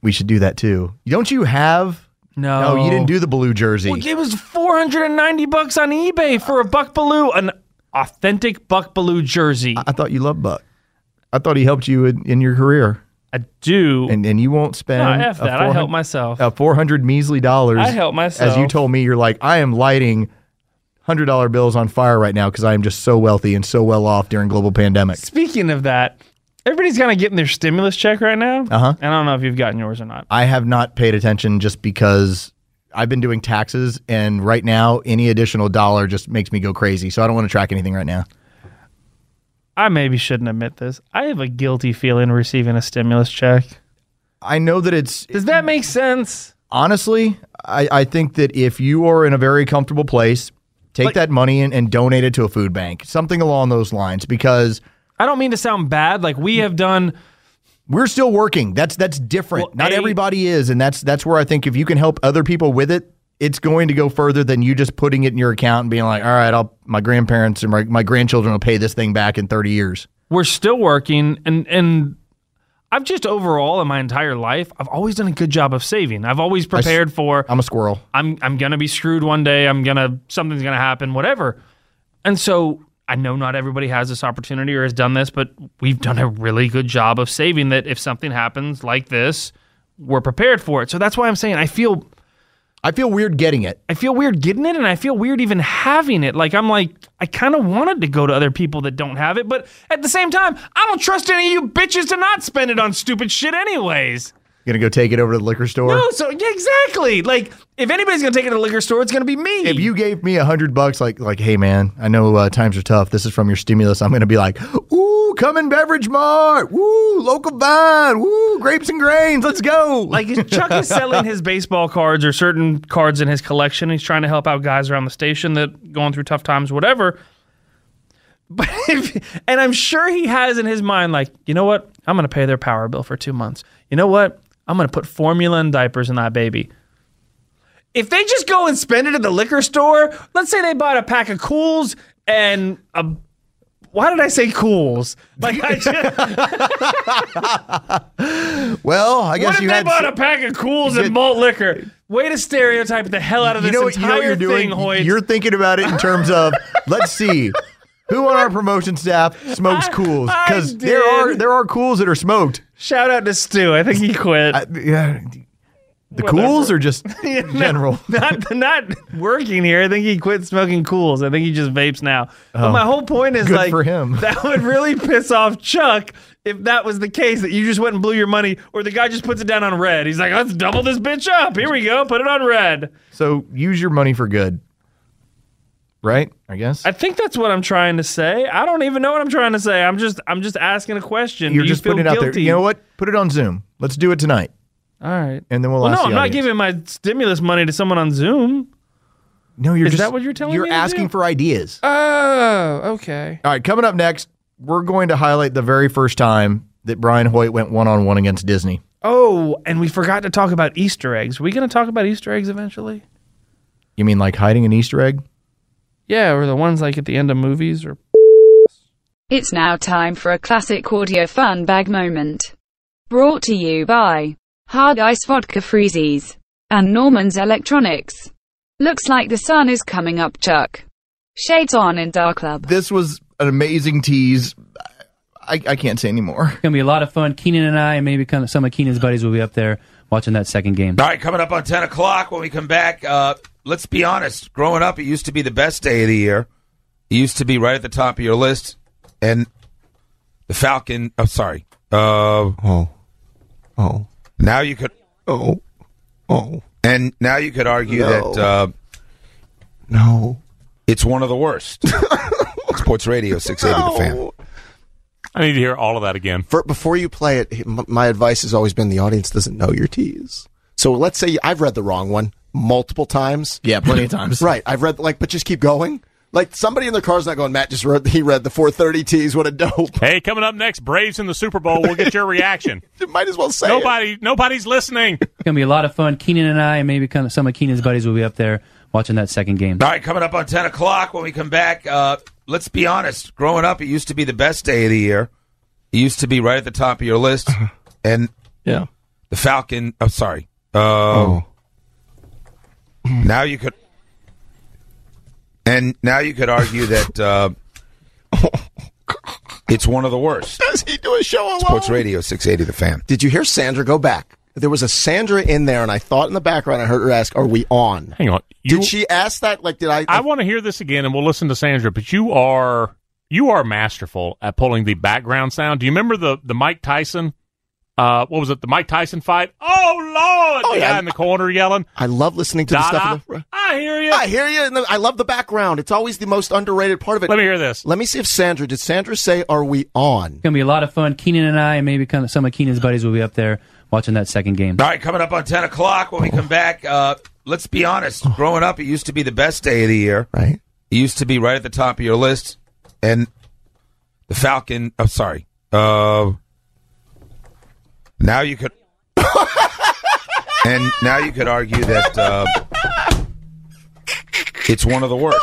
S2: we should do that too. Don't you have? oh,
S1: No.
S2: you didn't do the blue jersey.
S1: Oh. Well, It was 490 bucks on eBay for a Buck Baloo, an authentic Buck Baloo jersey. I,
S2: I thought you loved Buck. I thought he helped you in, in your career,
S1: do.
S2: and and you won't spend.
S1: no, F
S2: a
S1: that. I
S2: 400
S1: help myself.
S2: A four hundred measly dollars.
S1: I help myself.
S2: As you told me, you're like I am lighting hundred dollar bills on fire right now because I am just so wealthy and so well off during global pandemic.
S1: Speaking of that, everybody's kind of getting their stimulus check right now.
S2: Uh-huh.
S1: And I don't know if you've gotten yours or not.
S2: I have not paid attention just because I've been doing taxes, and right now any additional dollar just makes me go crazy. So I don't want to track anything right now.
S1: I maybe shouldn't admit this. I have a guilty feeling receiving a stimulus check.
S2: I know that it's
S1: Does that make sense?
S2: honestly, I, I think that if you are in a very comfortable place, take that money and, and donate it to a food bank, something along those lines, because
S1: I don't mean to sound bad. Like we have done
S2: we're still working. That's that's different.
S1: Well,
S2: Not
S1: A-
S2: everybody is, and that's that's where I think if you can help other people with it, it's going to go further than you just putting it in your account and being like, all right, I'll my grandparents and my, my grandchildren will pay this thing back in thirty years.
S1: we're still working and and I've just overall in my entire life, I've always done a good job of saving. I've always prepared for
S2: I'm a squirrel.
S1: I'm I'm gonna be screwed one day, I'm gonna something's gonna happen, whatever. And so I know not everybody has this opportunity or has done this, but we've done a really good job of saving that if something happens like this, we're prepared for it. So that's why I'm saying I feel
S2: I feel weird getting it.
S1: I feel weird getting it and I feel weird even having it. Like I'm like I kind of wanted to go to other people that don't have it, but at the same time, I don't trust any of you bitches to not spend it on stupid shit anyways.
S2: Gonna go take it over to the liquor store.
S1: No, so yeah, exactly. Like if anybody's going to take it to the liquor store, it's going to be me.
S2: if you gave me a hundred bucks, like like, hey man, I know uh, times are tough. This is from your stimulus. I'm gonna be like, ooh, come in beverage mart, woo, local vine, woo, grapes and grains. Let's go.
S1: like if Chuck is selling his baseball cards or certain cards in his collection. He's trying to help out guys around the station that going through tough times, whatever. But if, and I'm sure he has in his mind, like, you know what? I'm gonna pay their power bill for two months. You know what? I'm gonna put formula and diapers in that baby. If they just go and spend it at the liquor store, let's say they bought a pack of cools and a why did I say cools? Like I just,
S2: well, I
S1: What
S2: guess
S1: if
S2: you
S1: they
S2: had.
S1: bought a pack of cools
S2: did-
S1: and malt liquor? Way to stereotype the hell out of
S2: you
S1: this
S2: know what? You know
S1: entire
S2: what you're
S1: thing,
S2: doing.
S1: Hoyt. (laughs)
S2: You're thinking about it in terms of let's see. Who on our promotion staff smokes cools?
S1: I
S2: Because there are
S1: did.
S2: there are cools that are smoked.
S1: Shout out to Stu. I think (laughs) he quit.
S2: I, yeah, the cools
S1: (laughs)
S2: are just general.
S1: not not working here. I think he quit smoking cools. I think he just vapes now. But my whole point is
S2: Good
S1: like
S2: for him.
S1: that would (laughs) really piss off Chuck if that was the case that you just went and blew your money, or the guy just puts it down on red. He's like, let's double this bitch up. Here we go, put it on red.
S2: So use your money for good, right? I guess.
S1: I think that's what I'm trying to say. I don't even know what I'm trying to say. I'm just I'm just asking a question.
S2: You're
S1: Do you
S2: just
S1: feel
S2: putting it out
S1: guilty?
S2: there. You know what? Put it on Zoom. Let's do it tonight,
S1: All right.
S2: and then we'll.
S1: Well,
S2: ask
S1: no,
S2: the
S1: I'm not
S2: audience.
S1: giving my stimulus money to someone on Zoom.
S2: No, you're
S1: Is
S2: just.
S1: that what you're telling
S2: You're
S1: me to do?
S2: asking for ideas.
S1: Oh, okay.
S2: All right, coming up next, we're going to highlight the very first time that Brian Hoyt went one on one against Disney.
S1: Oh, and we forgot to talk about Easter eggs. Are we going to talk about Easter eggs eventually?
S2: You mean like hiding an Easter egg?
S1: Yeah, or the ones like at the end of movies or
S3: It's now time for a classic audio fun bag moment. Brought to you by Hard Ice Vodka Freezies and Norman's Electronics. Looks like the sun is coming up, Chuck. Shades on in Dark Club.
S2: This was an amazing tease. I, I can't
S1: (laughs)
S2: say anymore.
S7: It's gonna be a lot of fun. Keenan and I, and maybe kind of some of Keenan's buddies, will be up there watching that second game.
S5: All right, coming up on 10 o'clock when we come back. Uh, let's be honest. Growing up, it used to be the best day of the year. It used to be right at the top of your list. And the Falcon, oh, sorry. Uh,
S8: Oh. Oh.
S5: now you could,
S8: Oh. Oh.
S5: and now you could argue
S8: No.
S5: that uh,
S8: No.
S5: it's one of the worst. Sports Radio 680 The Fan.
S4: I need to hear all of that again.
S8: For, before you play it, m- my advice has always been the audience doesn't know your teas. So let's say I've read the wrong one multiple times.
S2: Yeah, plenty of times.
S8: Right. I've read like, but just keep going. Like somebody in their car's not going. Matt just wrote. He read the 430 teas. What a dope. (laughs)
S4: Hey, coming up next, Braves in the Super Bowl. We'll get
S5: (laughs)
S4: your reaction.
S8: Might as well say it.
S4: Nobody, nobody's listening.
S7: It's gonna be a lot of fun. Keenan and I, and maybe kind of some of Keenan's buddies, will be up there watching that second game.
S5: All right, coming up on 10 o'clock when we come back. Uh, let's be honest. Growing up, it used to be the best day of the year. It used to be right at the top of your list. And
S8: Yeah.
S5: the Falcon, oh, sorry. Uh,
S8: Oh.
S5: Now you could, and now you could argue that (laughs) uh, it's one of the worst.
S8: Does he do a show alone?
S5: Sports Radio 680 The Fan.
S8: Did you hear Sandra go back? There was a Sandra in there, and I thought in the background, I heard her ask, "Are we on?"
S4: Hang on. You,
S8: Did she ask that? Like, did I?
S4: I want to hear this again, and we'll listen to Sandra. But you are you are masterful at pulling the background sound. Do you remember the the Mike Tyson? Uh, what was it? The Mike Tyson fight? Oh Lord!
S8: Oh,
S4: the
S8: yeah.
S4: guy in the corner yelling,
S8: I love listening to the
S4: "Dada,
S8: stuff. in the-
S4: I hear you."
S8: I hear you. And the, I love the background. It's always the most underrated part of it.
S4: Let me hear this.
S8: Let me see if Sandra did. Sandra say, "Are we on?"
S7: It's gonna be a lot of fun. Keenan and I, and maybe kind of some of Keenan's buddies, will be up there watching that second game.
S5: All right, coming up on 10 o'clock when we come back. Uh, let's be honest. Growing up, it used to be the best day of the year.
S8: Right.
S5: It used to be right at the top of your list. And the Falcon, oh, sorry. Uh, now you could, (laughs) and now you could argue that uh, it's one of the worst.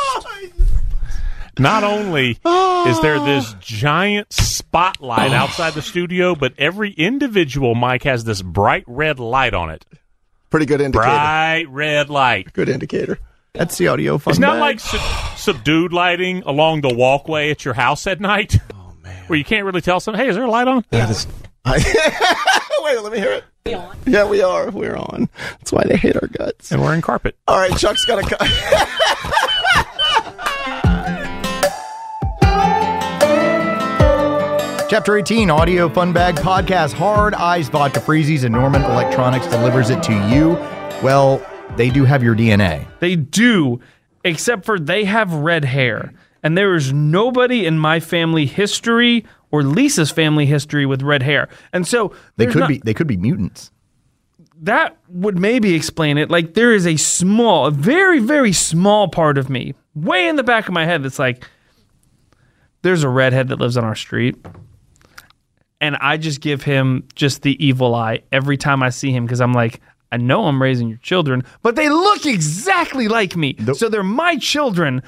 S4: Not only is
S8: Ah.
S4: there this giant spotlight outside the studio, but every individual mic has this bright red light on it.
S8: Pretty good indicator.
S4: Bright red light.
S8: Good indicator.
S2: That's the audio fun.
S4: It's not
S2: bag.
S4: like sub- subdued lighting along the walkway at your house at night. (laughs) Where you can't really tell someone, hey, is there a light on?
S8: I- (laughs) Wait, let me hear it. Yeah, we are. We're on. That's why they hate our guts.
S4: And we're in carpet.
S8: All right, Chuck's got (laughs) to cut.
S2: (laughs) Chapter 18 Audio Fun Bag Podcast Hard Eyes Vodka Freezies and Norman Electronics delivers it to you. Well, they do have your DNA.
S1: They do, except for they have red hair. And there is nobody in my family history or Lisa's family history with red hair. And so
S2: They
S1: there's
S2: could
S1: not-
S2: be they could be mutants.
S1: that would maybe explain it. Like there is a small, a very, very small part of me, way in the back of my head, that's like, there's a redhead that lives on our street. And I just give him just the evil eye every time I see him because I'm like, I know I'm raising your children, but they look exactly like me. so they're my children.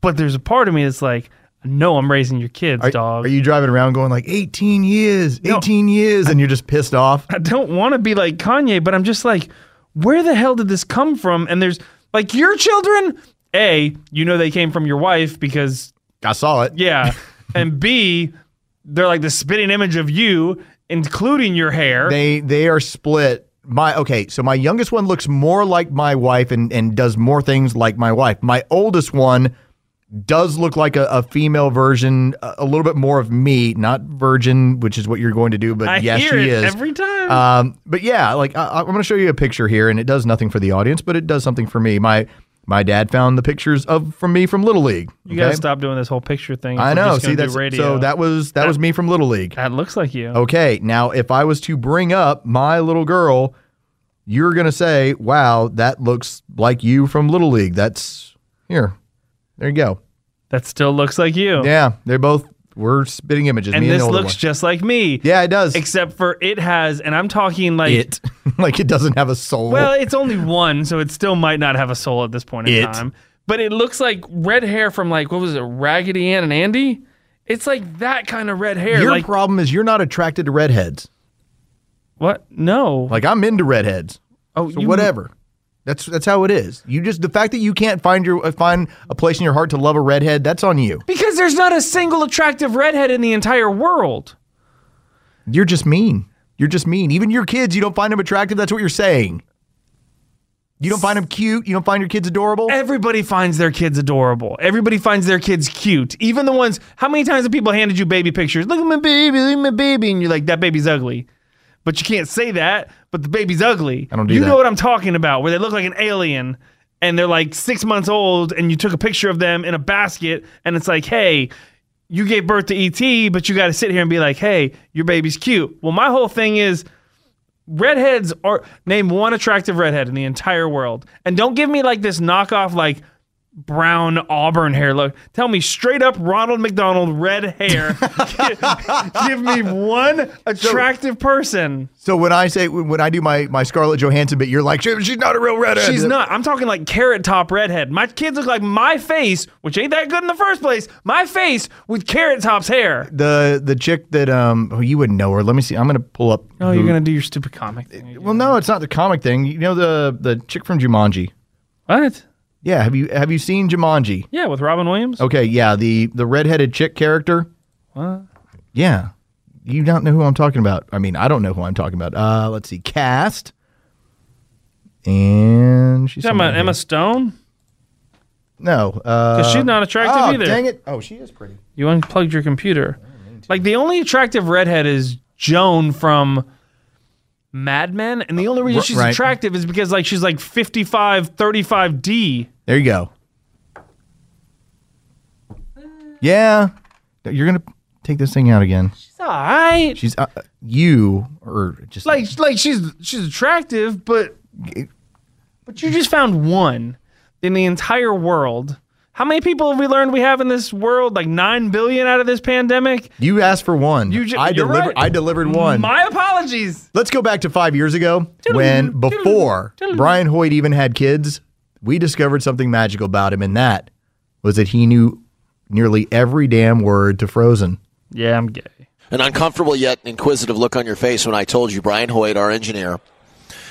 S1: But there's a part of me that's like, I know I'm raising your kids,
S2: Are,
S1: dog.
S2: are you driving around going like 18 years, 18 years and you're just pissed off?
S1: I don't want to be like Kanye, but I'm just like, where the hell did this come from? And there's like your children. A, you know they came from your wife because
S2: I saw it. (laughs)
S1: Yeah. and B, they're like the spitting image of you, including your hair.
S2: They they are split. My okay, so my youngest one looks more like my wife and and does more things like my wife. My oldest one does look like a, a female version, a, a little bit more of me, not virgin, which is what you're going to do, but
S1: I
S2: yes,
S1: hear
S2: she
S1: it
S2: is.
S1: every time.
S2: Um, but yeah, like I, I- I'm going to show you a picture here, and it does nothing for the audience, but it does something for me. My my dad found the pictures of from me from Little League.
S1: you gotta
S2: okay?
S1: stop doing this whole picture thing. if
S2: I
S1: we're
S2: know.
S1: just gonna do
S2: See that's
S1: radio.
S2: so that Oh. was that was me from Little League.
S1: that looks like you.
S2: Okay, now if I was to bring up my little girl, you're going to say, wow, that looks like you from Little League. That's here. There you go.
S1: That still looks like you.
S2: Yeah, they're both, we're spitting images.
S1: and
S2: me
S1: this
S2: and the older
S1: looks
S2: one.
S1: just like me.
S2: Yeah, it does.
S1: Except for it has, and I'm talking like
S2: it. (laughs) like it doesn't have a soul.
S1: Well, it's only one, so it still might not have a soul at this point in
S2: It.
S1: time. But it looks like red hair from like what was it, Raggedy Ann and Andy? It's like that kind of red hair.
S2: Your
S1: like
S2: problem is you're not attracted to redheads.
S1: what? No.
S2: Like I'm into redheads.
S1: oh,
S2: So
S1: you-
S2: whatever. That's that's how it is. You just the fact that you can't find your uh, find a place in your heart to love a redhead, that's on you.
S1: Because there's not a single attractive redhead in the entire world.
S2: You're just mean. You're just mean. Even your kids, you don't find them attractive. That's what you're saying. You don't find them cute. You don't find your kids adorable.
S1: Everybody finds their kids adorable. Everybody finds their kids cute. Even the ones. How many times have people handed you baby pictures? Look at my baby. Look at my baby, and you're like, that baby's ugly. But you can't say that. But the baby's ugly.
S2: I don't do
S1: You
S2: that.
S1: know what I'm talking about? Where they look like an alien, and they're like six months old, and you took a picture of them in a basket, and it's like, hey. You gave birth to ET, but you got to sit here and be like, "Hey, your baby's cute." Well, my whole thing is, redheads are name one attractive redhead in the entire world and don't give me like this knockoff like brown auburn hair look tell me straight up ronald mcdonald red
S2: (laughs)
S1: hair give, give me one attractive person
S2: So when I say when when I do my my Scarlett Johansson bit, you're like, "She- she's not a real redhead.
S1: she's not i'm talking like carrot top redhead my kids look like my face which ain't that good in the first place my face with carrot top's hair
S2: The the chick that um oh, you wouldn't know her. Let me see. I'm gonna pull up.
S1: oh you're gonna do your stupid comic thing
S2: Well, no, it's not the comic thing. You know the the chick from Jumanji.
S1: what
S2: Yeah, have you have you seen Jumanji?
S1: yeah with robin williams
S2: Okay, yeah, the the redheaded chick character. What? Yeah, you don't know who I'm talking about. I mean, I don't know who I'm talking about. Uh, let's see, cast, and she's
S1: you talking
S2: somewhere
S1: about
S2: here.
S1: emma stone
S2: No, uh,
S1: 'Cause she's not attractive
S2: oh,
S1: either.
S2: Dang it! Oh, she is pretty.
S1: You unplugged your computer. Like the only attractive redhead is Joan from Mad Men, and the only reason
S2: R-
S1: she's
S2: right.
S1: attractive is because like she's like 55 35D.
S2: There you go. Yeah, you're gonna take this thing out again.
S1: She's all right.
S2: She's uh, you or just
S1: Like like she's she's attractive, but but you just found one in the entire world. How many people have we learned we have in this world? Like 9 billion out of this pandemic?
S2: you asked for one.
S1: You ju-
S2: I
S1: you're
S2: delivered.
S1: right.
S2: I delivered one.
S1: My apologies.
S2: Let's go back to five years ago when, before Brian Hoyt even had kids, we discovered something magical about him, and that was that he knew nearly every damn word to Frozen.
S1: Yeah, I'm gay.
S9: An uncomfortable yet inquisitive look on your face when I told you Brian Hoyt, our engineer,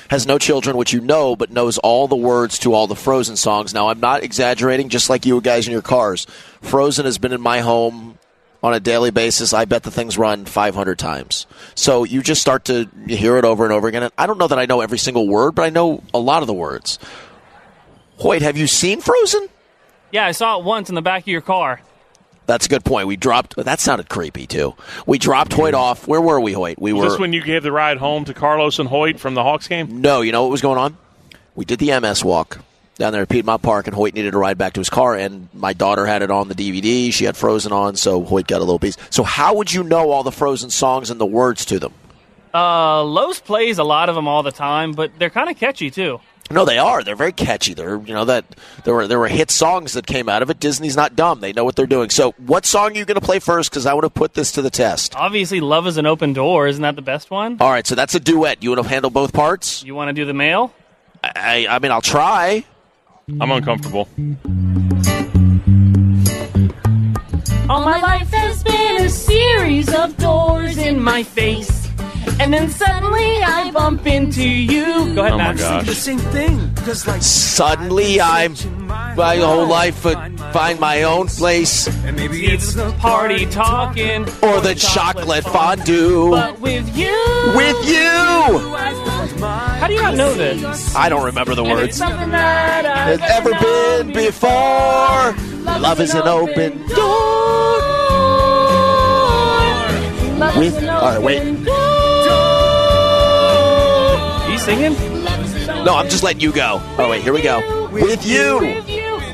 S9: has no children, which you know, but knows all the words to all the Frozen songs. Now, I'm not exaggerating, just like you guys in your cars. Frozen has been in my home on a daily basis. I bet the things run 500 times. So you just start to hear it over and over again. And I don't know that I know every single word, but I know a lot of the words. Hoyt, have you seen Frozen?
S10: Yeah, I saw it once in the back of your car.
S9: That's a good point. We dropped. That sounded creepy too. We dropped Hoyt off. Where were we, Hoyt? We
S4: Was
S9: were.
S4: this when you gave the ride home to Carlos and Hoyt from the Hawks game?
S9: No, you know what was going on? We did the MS walk down there at Piedmont Park, and Hoyt needed to ride back to his car, and my daughter had it on the DVD. She had Frozen on, so Hoyt got a little piece. So how would you know all the Frozen songs and the words to them?
S10: Uh, Lowe's plays a lot of them all the time, but they're kind of catchy too.
S9: No, they are. They're very catchy. They're you know that there were there were hit songs that came out of it. Disney's not dumb. They know what they're doing. So what song are you going to play first? Because I want to put this to the test.
S10: Obviously, Love is an Open Door. Isn't that the best one?
S9: All right, so that's a duet. You want to handle both parts?
S10: You want to do the mail?
S9: I, I mean, I'll try.
S4: I'm uncomfortable.
S10: All my life has been a series of doors in my face. And then suddenly I bump into you. Go ahead,
S4: Oh my
S10: Matt.
S4: gosh.
S11: Same thing, cause like
S9: Suddenly, I'm my whole life would find my own place,
S11: maybe it's the
S10: Party talking.
S9: or the chocolate fondue.
S10: But with you.
S9: With you,
S10: How do you not know this?
S9: I don't remember the words.
S10: Something that
S9: Has
S10: I've
S9: ever been before. Love is an open door. With all right, wait.
S10: You singing?
S9: No, I'm just letting you go. Oh wait, here we go. With you,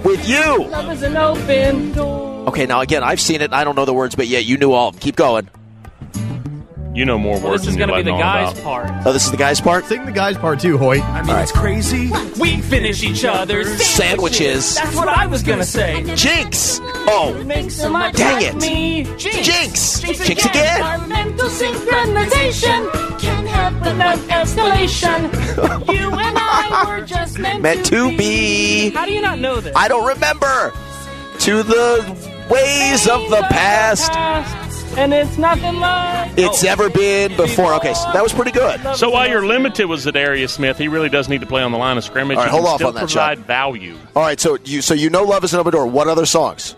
S9: with you.
S10: Love is an open door.
S9: Okay, now again, I've seen it. I don't know the words, but yeah, you knew all. of them. Keep going.
S4: You know more
S10: Well,
S4: words
S10: this is
S4: than
S10: gonna
S4: you're
S10: be the
S4: letting
S10: guy's
S4: on about.
S10: part.
S9: Oh, this is the guy's part.
S2: Sing the guys part two, Hoyt.
S11: I mean, it's crazy.
S10: We finish each other's
S9: Sandwiches.
S10: That's what I was gonna say.
S9: Jinx. Oh,
S10: Makes so much
S9: Dang
S10: like
S9: it.
S10: me. Jinx.
S9: Jinx. Jinx again.
S10: Our mental synchronization can happen without escalation. you and I were just meant,
S9: meant to be.
S10: How do you not know this?
S9: I don't remember. To the ways of the past.
S10: And it's nothing like.
S9: It's ever been before. Okay, so that was pretty good.
S4: So uh, while you're limited with Zadarius Smith, he really does need to play on the line of scrimmage.
S9: All right,
S4: He can
S9: hold off
S4: still
S9: on that
S4: provide
S9: shot.
S4: value.
S9: All right, so you so you know Love is an Open Door. What other songs?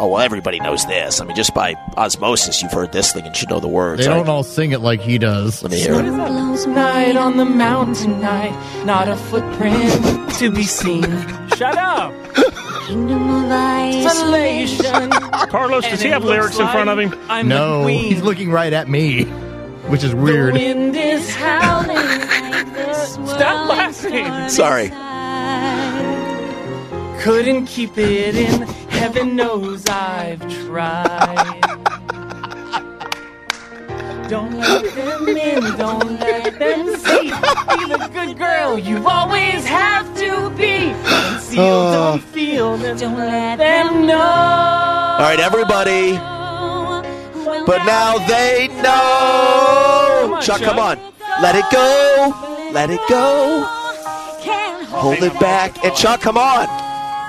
S9: Oh well, everybody knows this. I mean, just by osmosis, you've heard this thing and should know the words.
S12: They
S9: I-
S12: don't all sing it like he does.
S9: Let me hear it.
S10: Night on the mountain tonight, not a footprint to be seen. Shut up! Isolation.
S4: Carlos, (laughs) does he have lyrics in front of him?
S10: I'm
S2: No, he's looking right at me, which is weird.
S10: wind is howling.
S4: (laughs)
S10: Stop laughing.
S9: Sorry.
S10: Couldn't keep it in. Heaven knows I've tried. Don't let them in. Don't let them see. Be the good girl you always have to be. Conceal, don't feel. Don't let them know.
S9: All right, everybody. But now they
S10: Come
S9: know.
S10: on, Chuck.
S9: Chuck, come on. Let it go. Let it go. Hold it back. And Chuck, come on.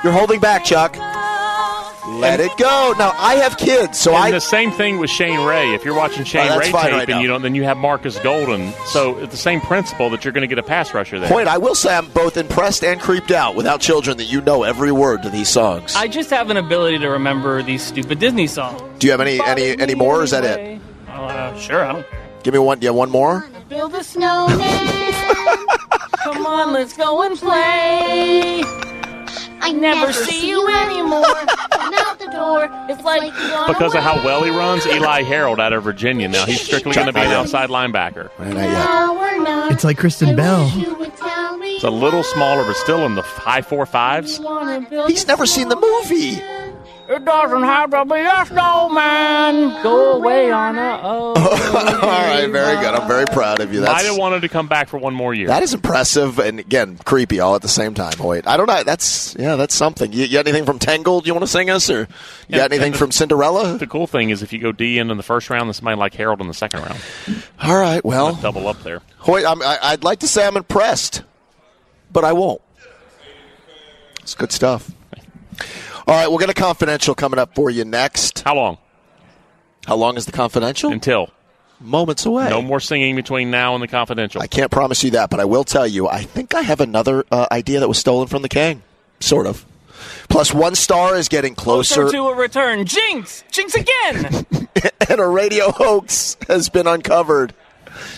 S9: You're holding back, Chuck. Let it go. Now I have kids, so
S4: and
S9: I
S4: the same thing with Shane Ray. If you're watching Shane
S9: Oh, that's
S4: Ray tape
S9: fine right now.
S4: and you don't, then you have Marcus Golden. So it's the same principle that you're going to get a pass rusher there.
S9: Point, I will say I'm both impressed and creeped out without children that you know every word to these songs.
S10: I just have an ability to remember these stupid Disney songs.
S9: Do you have any any any more or is that it?
S10: Uh, sure, I don't care.
S9: Give me one do you have one more?
S10: Build a snowman. Come on, let's go and play. I never, see you anymore. Come out the door. It's like you gone
S4: Because of how well he runs, Eli Harold out of Virginia. Now he's strictly going to be an outside linebacker.
S12: It's like Kristen Bell.
S4: It's a little smaller, but still in the high four fives.
S9: He's never seen the movie.
S10: It doesn't have to be a snowman. Go away on (laughs) a
S9: (laughs)
S10: oh.
S9: All right, very good. I'm very proud of you.
S4: Might have
S9: That's
S4: wanted to come back for one more year.
S9: that is impressive and again creepy all at the same time. Hoyt, I don't know. That's yeah, that's something. You, you got anything from Tangled you want to sing us, or you got anything from Cinderella?
S4: the cool thing is if you go D in in the first round, then somebody like Harold in the second round.
S9: All right, well,
S13: (laughs)
S4: Double up there.
S9: Hoyt, I'm, I, I'd like to say I'm impressed, but I won't. It's good stuff. All right, we'll get a confidential coming up for you next.
S4: How long?
S9: How long is the confidential?
S4: Until.
S9: Moments away.
S4: No more singing between now and the confidential.
S9: I can't promise you that, but I will tell you, I think I have another uh, idea that was stolen from the king. Sort of. Plus, one star is getting closer,
S10: Closer to a return. Jinx! Jinx again!
S9: and a radio hoax has been uncovered.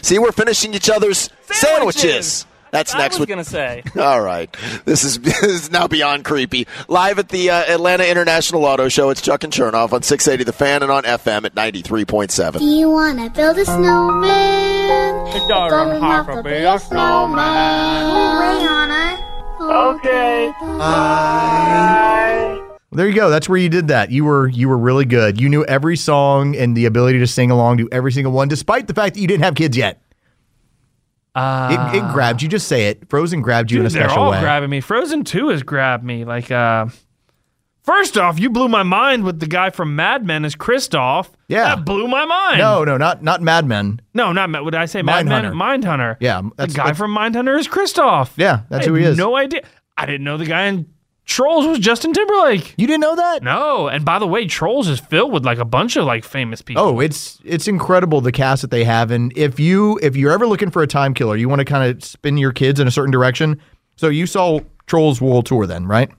S9: See, we're finishing each other's sandwiches.
S10: Sandwiches.
S9: That's
S10: I
S9: next
S10: was
S9: week.
S10: gonna say.
S9: All right. This is, (laughs) this is now beyond creepy. Live at the uh, Atlanta International Auto Show, it's Chuck and Chernoff on 680 The Fan and on FM at 93.7.
S14: you wanna build a snowman?
S10: It doesn't have to be a snowman. Okay.
S2: Well, there you go. That's where you did that. You were you were really good. You knew every song and the ability to sing along to every single one, despite the fact that you didn't have kids yet. it, it grabbed you. Just say it. Frozen grabbed you in a
S1: Uh, Dude, they're
S2: special
S1: all
S2: way.
S1: grabbing me. Frozen Two has grabbed me. Like, uh, first off, you blew my mind with the guy from Mad Men as Kristoff.
S2: Yeah.
S1: that blew my mind.
S2: no, no, not not Mad Men.
S1: no, not Mad. Would I say Mad Men? Mindhunter.
S2: Yeah,
S1: the
S2: that's-
S1: guy
S2: that's-
S1: from Mindhunter is Kristoff.
S2: Yeah, that's
S1: I
S2: who he
S1: had
S2: is.
S1: No idea. I didn't know the guy in Trolls was Justin Timberlake.
S2: You didn't know that?
S1: No. And by the way, Trolls is filled with like a bunch of like famous people.
S2: Oh, it's it's incredible the cast that they have. And if you if you're ever looking for a time killer, you want to kind of spin your kids in a certain direction. So you saw Trolls World Tour then, right?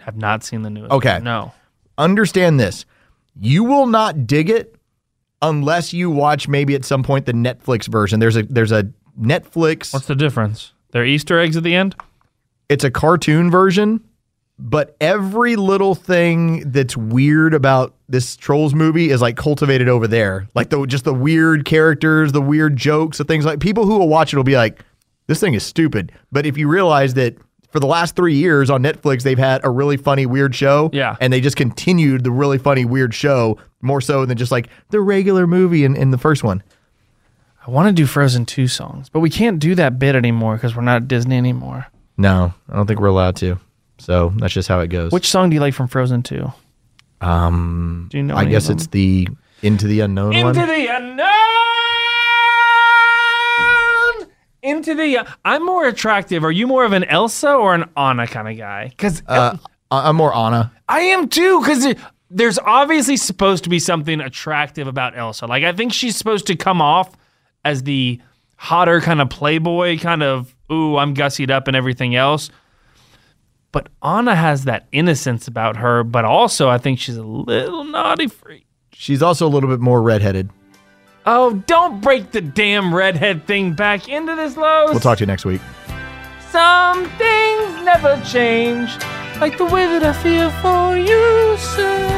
S1: Have not seen the newest.
S2: Oh. Okay.
S1: one, No.
S2: Understand this. You will not dig it unless you watch maybe at some point the Netflix version. There's a there's a Netflix
S1: What's the difference? They're Easter eggs at the end?
S2: It's a cartoon version, but every little thing that's weird about this Trolls movie is like cultivated over there. Like the just the weird characters, the weird jokes, the things like people who will watch it will be like, this thing is stupid. But if you realize that for the last three years on Netflix, they've had a really funny, weird show.
S1: Yeah.
S2: And they just continued the really funny, weird show more so than just like the regular movie in, in the first one.
S1: I want to do Frozen 2 songs, but we can't do that bit anymore because we're not at Disney anymore.
S2: No, I don't think we're allowed to. So that's just how it goes.
S1: Which song do you like from Frozen 2?
S2: Um,
S1: Do you know
S2: I
S1: any
S2: guess
S1: of
S2: it's the Into the Unknown one.
S1: Into the unknown. Into the. I'm more attractive. Are you more of an Elsa or an Anna kind of guy? Because
S2: uh, I- I'm more Anna.
S1: I am too. Because there's obviously supposed to be something attractive about Elsa. Like I think she's supposed to come off as the hotter kind of playboy, kind of ooh, I'm gussied up and everything else. But Anna has that innocence about her, but also I think she's a little naughty freak.
S2: She's also a little bit more redheaded.
S1: Oh, don't break the damn redhead thing back into this, Lowe's.
S2: We'll talk to you next week.
S1: Some things never change, like the way that I feel for you, sir.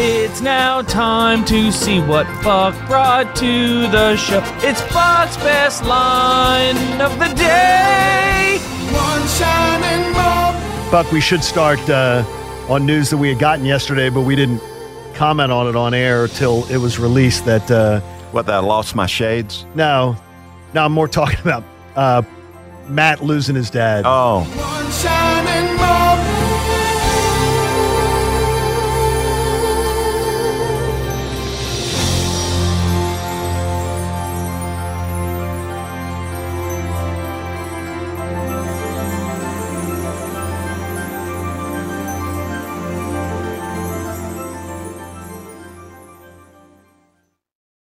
S1: It's now time to see what Buck brought to the show. It's Buck's best line of the day.
S15: Buck, we should start uh, on news that we had gotten yesterday, but we didn't comment on it on air till it was released. That uh,
S13: What, that I lost my shades?
S15: no, no, I'm more talking about uh, Matt losing his dad.
S13: Oh.